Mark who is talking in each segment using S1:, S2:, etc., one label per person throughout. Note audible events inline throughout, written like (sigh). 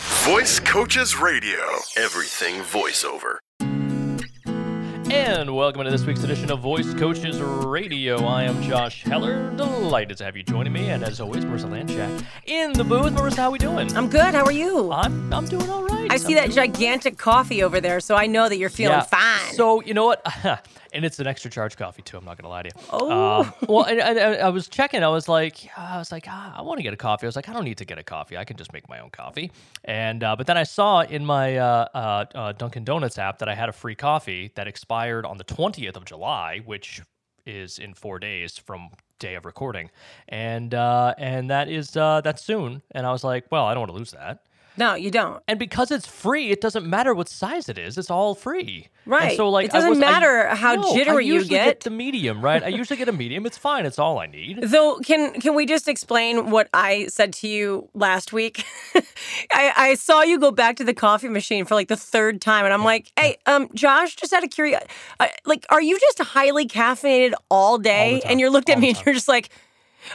S1: Voice Coaches Radio. Everything voiceover.
S2: And welcome to this week's edition of Voice Coaches Radio. I am Josh Heller. Delighted to have you joining me, and as always, Marissa Lanchak in the booth. Marissa, how we doing?
S3: I'm good. How are you?
S2: I'm I'm doing all right.
S3: I see
S2: I'm
S3: that gigantic coffee over there, so I know that you're feeling fine.
S2: So you know what? (laughs) and it's an extra charge coffee too. I'm not gonna lie to you. Oh. well, and, and- and I was checking. I was like, I was like, ah, I want to get a coffee. I was like, I don't need to get a coffee. I can just make my own coffee. And uh, but then I saw in my uh, uh, uh, Dunkin' Donuts app that I had a free coffee that expired on the 20th of July, which is in four days from day of recording, and uh, and that is uh, that's soon. And I was like, well, I don't want to lose that.
S3: no, you don't.
S2: And because it's free, it doesn't matter what size it is. It's all free. And
S3: Right.
S2: so like
S3: It doesn't
S2: I was, I-
S3: matter how
S2: No,
S3: jittery
S2: I
S3: you
S2: usually
S3: get.
S2: the medium, right? I usually get a medium. It's fine. It's all I need.
S3: Though, can can we just explain what I said to you last week? (laughs) I, I saw you go back to the coffee machine for like the third time, and I'm like, hey, um, Josh, just out of curiosity, uh, like, are you just highly caffeinated all day?
S2: time.
S3: And you looked at
S2: All
S3: me,
S2: the
S3: and you're just like,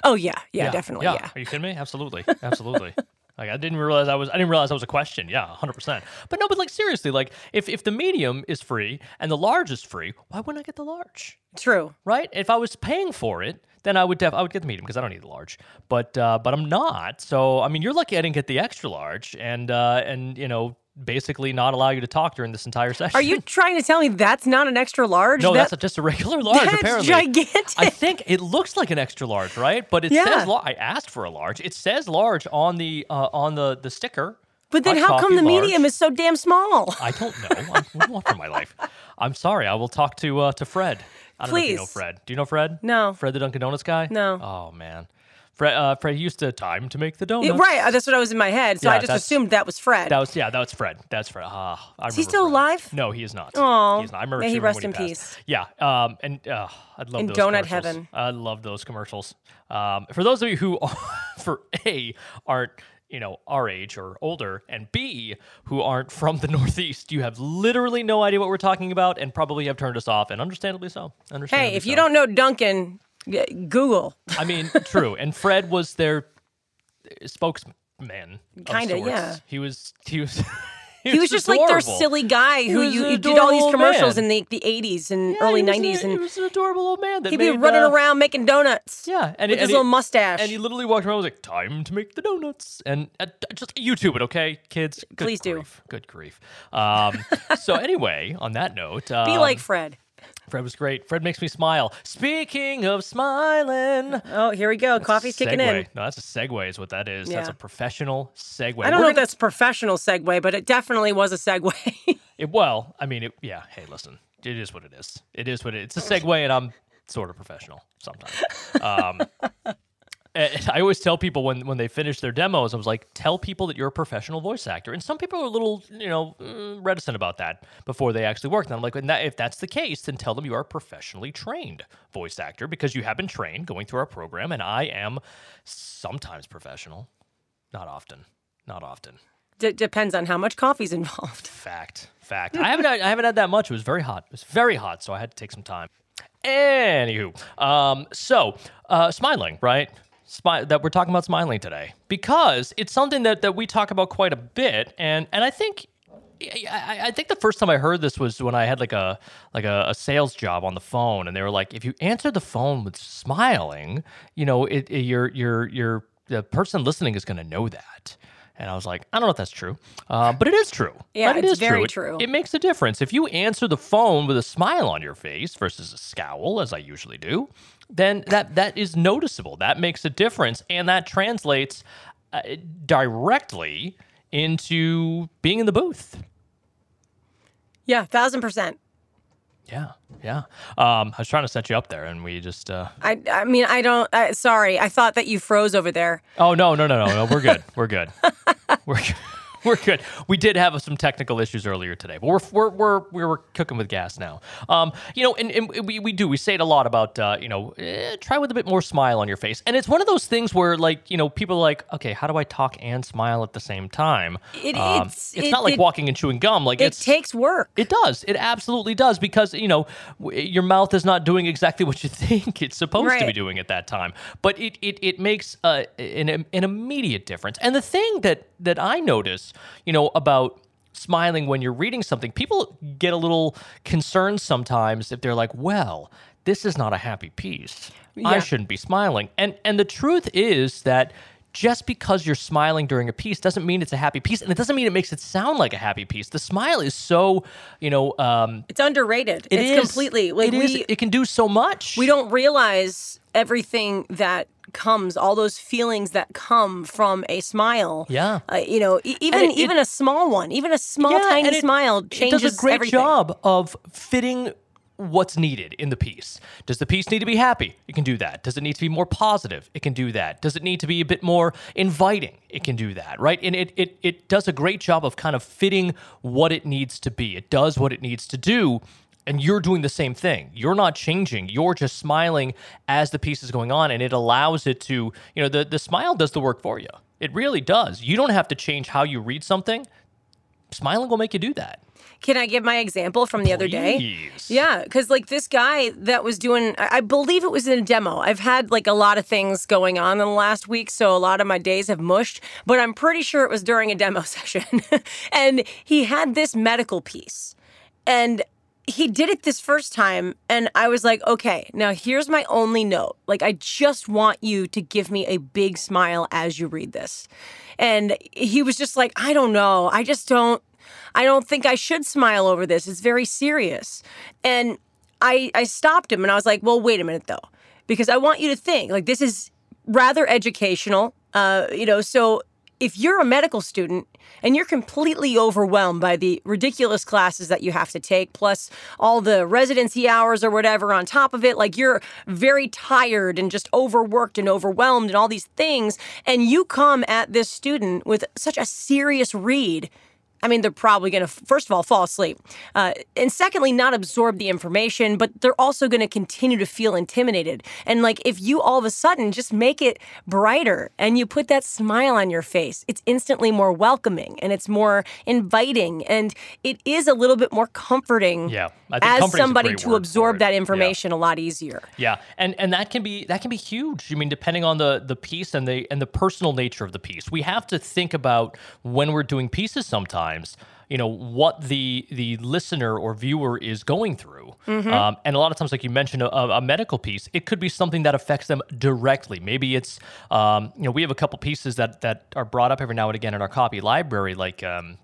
S3: oh yeah, yeah, definitely, yeah.
S2: Are you kidding me? Absolutely. Absolutely. (laughs) like I didn't realize I was I didn't realize I was a question. Yeah, 100%. But no, but like seriously, like if if the medium is free and the large is free, why wouldn't I get the large?
S3: True.
S2: right? If I was paying for it, then I would def- I would get the medium because I don't need the large. But uh, but I'm not. So I mean, you're lucky I didn't get the extra large and uh, and you know basically not allow you to talk during this entire session.
S3: Are you trying to tell me that's not an extra
S2: (laughs)
S3: large?
S2: no,
S3: That-
S2: that's a, just a regular large.
S3: that's
S2: apparently,
S3: gigantic.
S2: I think it looks like an extra large, right? But it
S3: Yeah.
S2: says la- I asked for a large. It says large on the uh, on the the sticker.
S3: But then
S2: Hot
S3: how come
S2: coffee
S3: the
S2: large.
S3: medium is so damn small? (laughs)
S2: I don't know. I'm, what do I want from my life? I'm sorry. I will talk to uh, to Fred. I don't know if you know
S3: Please.
S2: Fred. Do you know Fred?
S3: No.
S2: Fred the Dunkin' Donuts guy.
S3: No.
S2: Oh man, Fred. Uh, Fred used to time to make the donuts.
S3: right, uh, that's what I was in my head. So
S2: Yeah,
S3: I just
S2: that's-
S3: assumed that was Fred.
S2: That was yeah. That was Fred. That's Fred. Ah, I
S3: Is he
S2: remember
S3: still
S2: Fred.
S3: alive?
S2: No, he is not.
S3: Aw.
S2: he is not. I remember.
S3: May he
S2: seeing him
S3: rest
S2: when
S3: in
S2: passed.
S3: peace.
S2: Yeah. Um. And uh, I'd love
S3: In
S2: those
S3: donut
S2: commercials.
S3: heaven.
S2: I love those commercials. Um. For those of you who, are, (laughs) for a aren't you know our age or older, and b who aren't from the (laughs) Northeast, you have literally no idea what we're talking about, and probably have turned us off, and understandably so. Understandably
S3: hey, if
S2: so.
S3: you don't know Duncan, y- Google.
S2: I mean, (laughs) true. And Fred was their uh, spokesman. of
S3: Kinda,
S2: sorts.
S3: yeah.
S2: He was. He was. (laughs)
S3: He was just like their
S2: adorable.
S3: silly guy who
S2: was
S3: you,
S2: an
S3: you did all these
S2: adorable
S3: commercials
S2: man.
S3: in the, the 80s and
S2: Yeah,
S3: early
S2: he was
S3: 90s,
S2: A, he
S3: and
S2: was an adorable old man. That
S3: he'd be
S2: made,
S3: running
S2: uh,
S3: around making donuts.
S2: Yeah, and
S3: with
S2: he-
S3: his
S2: and
S3: little
S2: he-
S3: mustache.
S2: And he literally walked around. and was like, "Time to make the donuts." And uh, just YouTube it, okay, kids. Good
S3: Please do.
S2: grief. Good grief. Um,
S3: (laughs)
S2: so anyway, on that note, um,
S3: be like Fred.
S2: Fred was great. Fred makes me smile. Speaking of smiling,
S3: Oh, here we go. Coffee's kicking
S2: segue.
S3: in.
S2: No, that's a segue, is what that is. That's
S3: Yeah.
S2: a professional segue.
S3: I don't
S2: We're
S3: know if that's a professional segue, but it definitely was a segue. (laughs)
S2: It, well, I mean, it, yeah. Hey, listen, it is what it is. It is what it is. It's a segue, and I'm sort of professional sometimes. Um, (laughs) and I always tell people when, when they finish their demos, I was like, tell people that you're a professional voice actor. And some people are a little, you know, mm, reticent about that before they actually work. And I'm like, and that, if that's the case, then tell them you are a professionally trained voice actor because you have been trained going through our program. And I am sometimes professional, not often, not often.
S3: D- depends on how much coffee's involved. (laughs)
S2: Fact, fact. I haven't, had- I haven't had that much. It was very hot. It was very hot, so I had to take some time. Anywho, um, so uh, smiling, right? Smi- that we're talking about smiling today because it's something that that we talk about quite a bit, and and I think. I- I, I think the first time I heard this was when I had like a like a, a sales job on the phone, and they were like, "If you answer the phone with smiling, you know, it, it, you're you're you're the person listening is going to know that." And I was like, "I don't know if that's true, uh, but it is true.
S3: Yeah,
S2: right? It
S3: it's
S2: is
S3: very
S2: It-
S3: true.
S2: it makes a difference. If you answer the phone with a smile on your face versus a scowl, as I usually do, then that that is noticeable. That makes a difference, and that translates uh, directly into being in the booth.
S3: Yeah, thousand percent.
S2: Yeah, yeah. Um, I was trying to set you up there, and we just. Uh,
S3: I, I mean, I don't. I, sorry, I thought that you froze over there.
S2: oh no, no, no, no, no. We're good. We're
S3: (laughs)
S2: good. we're. Good. (laughs) We're good. We did have some technical issues earlier today, but we're we're we're, we're, we're cooking with gas now. Um, you know, and, and we, we do we say it a lot about uh, you know eh, try with a bit more smile on your face, and it's one of those things where like you know people are like okay, how do I talk and smile at the same time?
S3: It-
S2: Um, it's
S3: it's- it-
S2: not like
S3: it-
S2: walking and chewing gum. Like
S3: It
S2: it's
S3: takes work.
S2: It does. It absolutely does because you know w- your mouth is not doing exactly what you (laughs) think it's supposed to be
S3: Right.
S2: doing at that time. But it it, it makes uh, an an immediate difference. And the thing that that I notice this, you know, about smiling when you're reading something. People get a little concerned sometimes if they're like, well, this is not a happy piece. I
S3: Yeah.
S2: shouldn't be smiling. And and the truth is that just because you're smiling during a piece doesn't mean it's a happy piece, and it doesn't mean it makes it sound like a happy piece. The smile is so, you know, um,
S3: It's underrated.
S2: it
S3: it's
S2: is-
S3: completely like
S2: it
S3: we
S2: is- it can do so much.
S3: we don't realize everything that comes, all those feelings that come from a smile.
S2: Yeah.
S3: Uh, you know, e- even
S2: it-
S3: even a small one, even a small tiny
S2: and it-
S3: smile changes
S2: It does a great
S3: everything.
S2: job of fitting what's needed in the piece. Does the piece need to be happy? It can do that. Does it need to be more positive? It can do that. Does it need to be a bit more inviting? It can do that. Right? And it it it does a great job of kind of fitting what it needs to be. It does what it needs to do. And you're doing the same thing. You're not changing. You're just smiling as the piece is going on, and it allows it to, you know, the, the smile does the work for you. It really does. You don't have to change how you read something smiling will make you do that.
S3: Can I give my example from the other day?
S2: Please.
S3: Yeah, because like this guy that was doing, I I believe it was in a demo. I've had like a lot of things going on in the last week, so a lot of my days have mushed, but I'm pretty sure it was during a demo (laughs) session. and he had this medical piece. And he did it this first time, and I was like, okay, now here's my only note. Like, I just want you to give me a big smile as you read this. And he was just like, I don't know. I just don't, I don't think I should smile over this. It's very serious. And I, I stopped him and I was like, well, wait a minute though, because I want you to think like this is rather educational, uh, you know, so if you're a medical student and you're completely overwhelmed by the ridiculous classes that you have to take, plus all the residency hours or whatever on top of it, like you're very tired and just overworked and overwhelmed and all these things, and you come at this student with such a serious read. I mean, they're probably going to, first of all, fall asleep. Uh, and secondly, not absorb the information, but they're also going to continue to feel intimidated. And like, if you all of a sudden just make it brighter and you put that smile on your face, it's instantly more welcoming and it's more inviting. And it is a little bit more comforting
S2: Yeah, I think
S3: as
S2: comforting is a
S3: somebody
S2: great
S3: to
S2: word for
S3: absorb
S2: it.
S3: that
S2: Yeah.
S3: information a lot easier.
S2: Yeah, and and that can be that can be huge. I mean, depending on the the piece and the and the personal nature of the piece, we have to think about when we're doing pieces. Sometimes, you know, what the the listener or viewer is going through,
S3: Mm-hmm.
S2: um, and a lot of times, like you mentioned, a, a medical piece, it could be something that affects them directly. Maybe it's, um, you know, we have a couple pieces that that are brought up every now and again in our copy library, like. Um,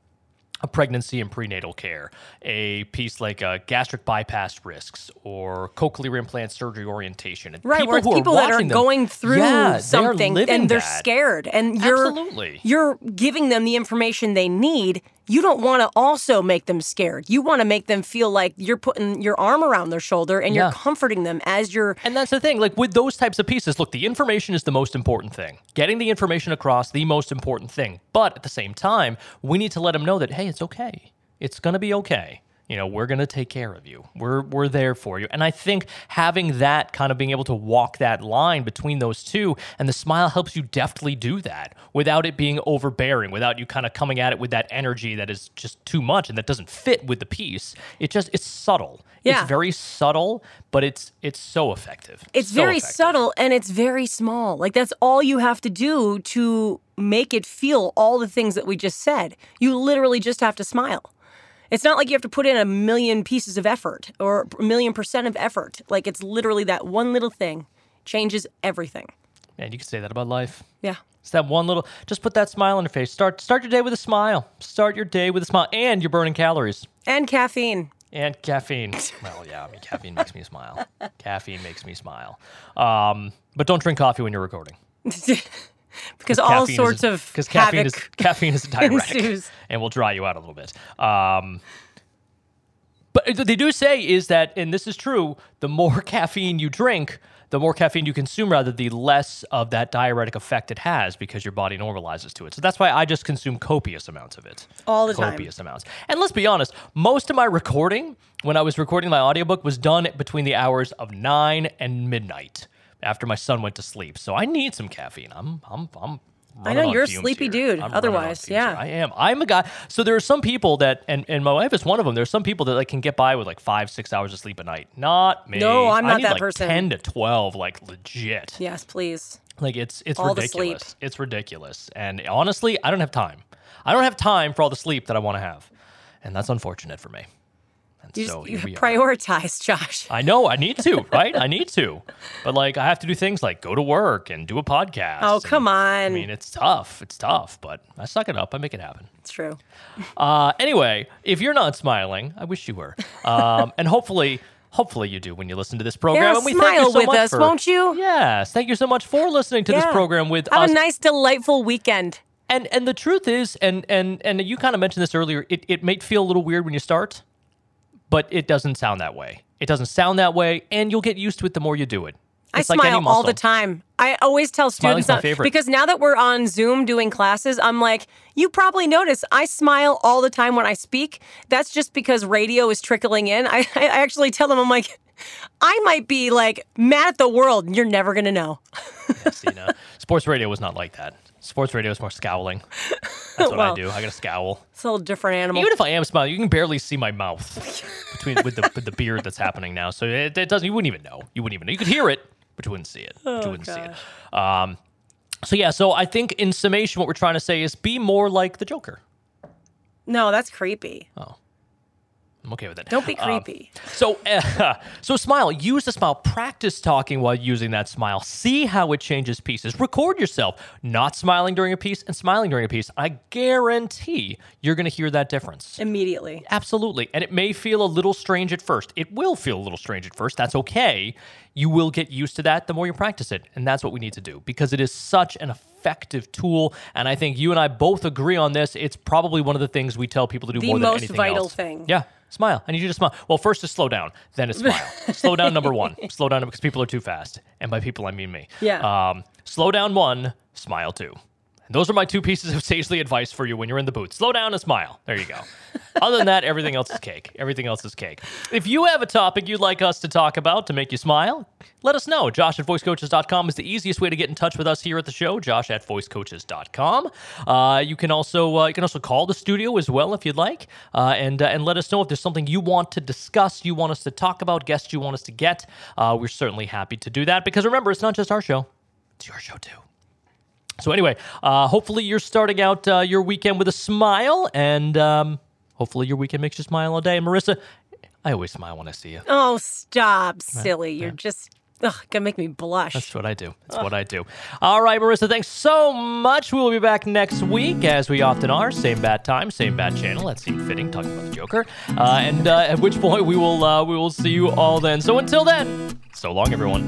S2: a pregnancy and prenatal care, a piece like uh, gastric bypass risks or cochlear implant surgery orientation. And
S3: Right, where it's people that are
S2: watching them-
S3: going through
S2: Yeah, they're
S3: something
S2: living
S3: and they're
S2: that.
S3: scared, and you're
S2: Absolutely.
S3: you're giving them the information they need. You don't want to also make them scared. You want to make them feel like you're putting your arm around their shoulder and
S2: Yeah.
S3: you're comforting them as you're.
S2: And that's the thing, like with those types of pieces, look, the information is the most important thing. Getting the information across, the most important thing. But at the same time, we need to let them know that, hey, it's okay. It's going to be okay. You know, we're going to take care of you. We're, we're there for you. And I think having that kind of being able to walk that line between those two and the smile helps you deftly do that without it being overbearing, without you kind of coming at it with that energy that is just too much and that doesn't fit with the piece. It just, it's subtle.
S3: Yeah.
S2: It's very very subtle, but it's it's so effective.
S3: It's
S2: So
S3: very
S2: effective.
S3: subtle and it's very small. Like that's all you have to do to make it feel all the things that we just said. You literally just have to smile. It's not like you have to put in a million pieces of effort or a million percent of effort. Like it's literally that one little thing changes everything.
S2: And you can say that about life.
S3: Yeah.
S2: It's that one little. Just put that smile on your face. Start start your day with a smile. Start your day with a smile, and you're burning calories
S3: And caffeine. (laughs)
S2: and caffeine. well, yeah, I mean caffeine makes me smile. Caffeine makes me smile. Um, but don't drink coffee when you're recording.
S3: because all
S2: Caffeine is-
S3: sorts of
S2: because caffeine is
S3: havoc.
S2: caffeine is a diuretic
S3: (laughs) ensues.
S2: and will dry you out a little bit. Um, but th- they do say is that, and this is true: the more (laughs) caffeine you drink, the more caffeine you consume, rather the less of that diuretic effect it has because your body normalizes to it. So that's why I just consume copious amounts of it
S3: All the time.
S2: copious amounts. And let's be honest, most of my recording when I was recording my audiobook was done between the hours of 9 and midnight after my son went to sleep. So I need some caffeine. I'm I'm I'm running
S3: know,
S2: on
S3: you're a
S2: fumes
S3: sleepy
S2: here.
S3: dude,
S2: I'm running on
S3: otherwise,
S2: fumes
S3: yeah.
S2: here. I am. I'm a guy. So there are some people that and and my wife is one of them. There's some people that like can get by with like 5 6 hours of sleep a night. Not me.
S3: No, I'm
S2: I
S3: not
S2: need,
S3: that
S2: like,
S3: person.
S2: 10 to 12 like legit.
S3: Yes, please.
S2: Like it's it's
S3: All the sleep.
S2: ridiculous. It's ridiculous. And honestly, I don't have time. I don't have time for all the sleep that I want to have, and that's unfortunate for me. And
S3: You,
S2: so
S3: just, you
S2: here we are.
S3: prioritize, Josh.
S2: I know I need to, right? I need to, but like I have to do things like go to work and do a podcast.
S3: Oh,
S2: and-
S3: come on.
S2: I mean, it's tough. It's tough, but I suck it up. I make it happen.
S3: it's true.
S2: Uh, anyway, if you're not smiling, I wish you
S3: (laughs)
S2: were. Um, and hopefully, hopefully you do when you listen to this program.
S3: Yeah,
S2: and we thank you
S3: smile
S2: so
S3: with
S2: much
S3: us,
S2: for-
S3: won't you?
S2: Yes, thank you so much for listening to
S3: Yeah.
S2: this program with
S3: Have
S2: us.
S3: a nice, delightful weekend.
S2: and and the truth is, and and and you kind of mentioned this earlier. It it may feel a little weird when you start, but it doesn't sound that way. It doesn't sound that way, and you'll get used to it the more you do it.
S3: I
S2: It's
S3: smile
S2: like any
S3: all the
S2: muscle.
S3: time. I always tell
S2: Smiling's
S3: students
S2: my
S3: uh,
S2: favorite.
S3: because now that we're on Zoom doing classes, I'm like, you probably notice I smile all the time when I speak. That's just because radio is trickling in. I, (laughs) I actually tell them, I'm like, I might be like mad at the world. and You're never gonna know.
S2: (laughs) See, no. Sports radio was not like that. Sports radio is more
S3: (laughs)
S2: scowling. That's what I
S3: Well.
S2: do. I got to scowl.
S3: It's a little different animal.
S2: Even if
S3: (laughs)
S2: I am smiling, you can barely see my mouth between with the with the beard that's happening now. So it, it doesn't. You wouldn't even know. You wouldn't even know. You could hear it, but you wouldn't see it.
S3: Oh,
S2: but you wouldn't see it. Um, so yeah. So I think in summation, what we're trying to say is be more like the Joker.
S3: no, that's creepy.
S2: I'm okay with it.
S3: Don't be
S2: Um,
S3: creepy.
S2: so, (laughs) so smile. Use the smile. Practice talking while using that smile. See how it changes pieces. Record yourself not smiling during a piece and smiling during a piece. I guarantee you're going to hear that difference.
S3: Immediately.
S2: Absolutely. And it may feel a little strange at first. It will feel a little strange at first. That's okay. You will get used to that the more you practice it. And that's what we need to do because it is such an effective tool. And I think you and I both agree on this. It's probably one of the things we tell people to do
S3: The
S2: more than
S3: most
S2: anything
S3: vital
S2: else.
S3: thing.
S2: Yeah. Smile. I need you to smile. Well, first is slow down, then is
S3: (laughs)
S2: smile. slow down number one. Slow down because people are too fast. And by people, I mean me.
S3: Yeah.
S2: Um, slow down one, smile two. And those are my two pieces of sagely advice for you when you're in the booth. Slow down and smile. There you go. Other than that, everything else is cake. Everything else is cake. If you have a topic you'd like us to talk about to make you smile, let us know. Josh at voicecoaches.com is the easiest way to get in touch with us here at the show. Josh at voicecoaches.com. Uh, you can also uh, you can also call the studio as well if you'd like, uh, and uh, and let us know if there's something you want to discuss, you want us to talk about, guests you want us to get. Uh, we're certainly happy to do that because remember, it's not just our show; it's your show too. So anyway, uh, hopefully you're starting out uh, your weekend with a smile, and um, hopefully your weekend makes you smile all day. And Marissa, I always smile when I see you.
S3: Oh, stop, silly. You're just ugh, gonna make me blush.
S2: That's what I do. That's what I do. All right, Marissa, thanks so much. We will be back next week, as we often are. Same bad time, same bad channel. That seemed fitting, talking about the Joker. Uh, and uh, at which point we will uh, we will see you all then. So until then, so long, everyone.